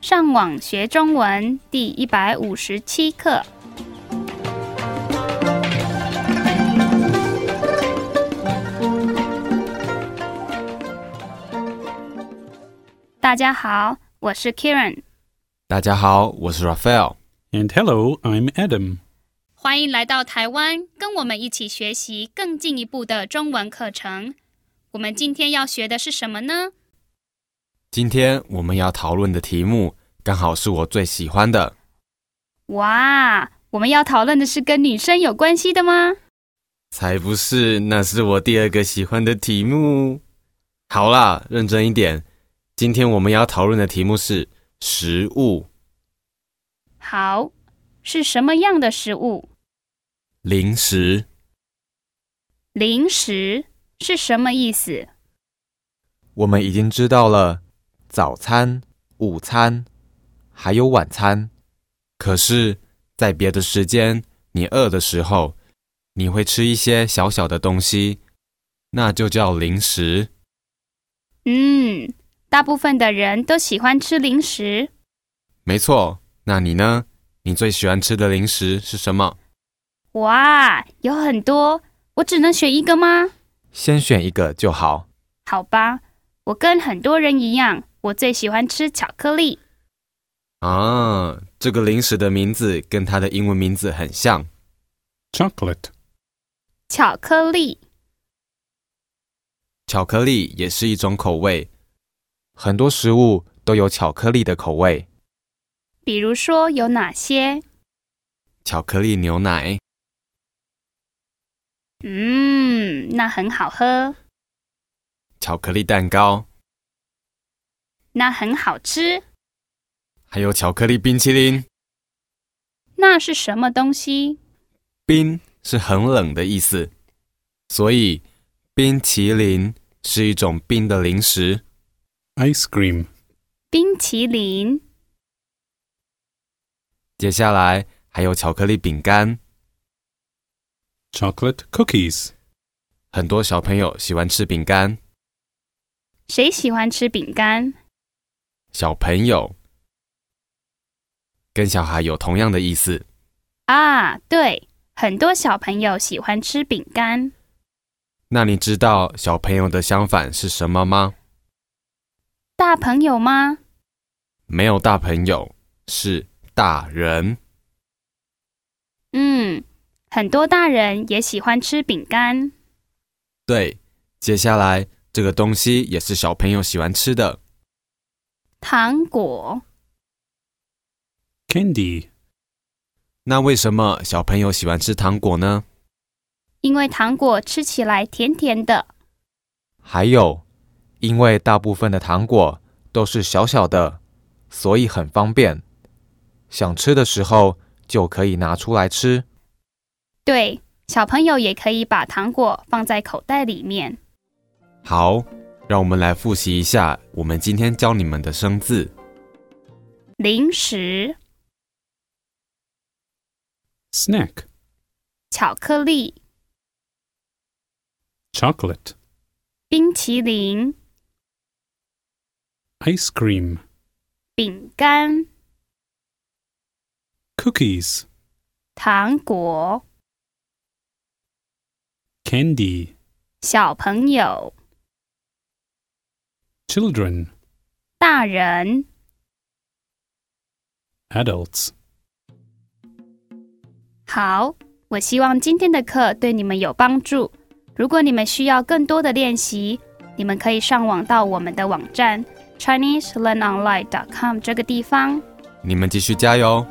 上网学中文第一百五十七课。大家好，我是 Kieran，大家好，我是 Raphael。 And hello, I'm Adam. 欢迎来到台湾，跟我们一起学习更进一步的中文课程。我们今天要学的是什么呢？今天我们要讨论的题目刚好是我最喜欢的。哇，我们要讨论的是跟女生有关系的吗？才不是，那是我第二个喜欢的题目。好啦，认真一点。今天我们要讨论的题目是食物，好，是什么样的食物？零食。零食是什么意思？我们已经知道了早餐、午餐，还有晚餐。可是，在别的时间，你饿的时候，你会吃一些小小的东西，那就叫零食。嗯，大部分的人都喜欢吃零食。没错，那你呢？你最喜欢吃的零食是什么？哇，有很多，我只能选一个吗？先选一个就好。好吧，我跟很多人一样，我最喜欢吃巧克力。啊，这个零食的名字跟它的英文名字很像。 Chocolate. 巧克力，巧克力也是一种口味，很多食物都有巧克力的口味。比如说有哪些？巧克力牛奶、嗯，那很好喝，巧克力蛋糕，那很好吃，还有巧克力冰淇淋。那是什么东西？冰是很冷的意思，所以冰淇淋是一种冰的零食。 Ice cream. 冰淇淋。接下来还有巧克力饼干， Chocolate cookies. 很多小朋友喜欢吃饼干。谁喜欢吃饼干？小朋友跟小孩有同样的意思。啊，对，很多小朋友喜欢吃饼干。那你知道小朋友的相反是什么吗？大朋友吗？没有大朋友，是大人。嗯，很多大人也喜欢吃饼干。对，接下来这个东西也是小朋友喜欢吃的。糖果， Candy. 那为什么小朋友喜欢吃糖果呢？因为糖果吃起来甜甜的。还有，因为大部分的糖果都是小小的，所以很方便，想吃的时候就可以拿出来吃。对，小朋友也可以把糖果放在口袋里面。好，让我们来复习一下我们今天教你们的生字：零食、 Snack. 巧克力、 Chocolate. 冰淇淋、 Ice cream. 饼干、 Cookies. 糖果、 Candy. 小朋友、 Children. 大人。 Adults. 好，我希望今天的课对你们有帮助。如果你们需要更多的练习，你们可以上网到我们的网站 ChineseLearnOnline.com 这个地方。你们继续加油。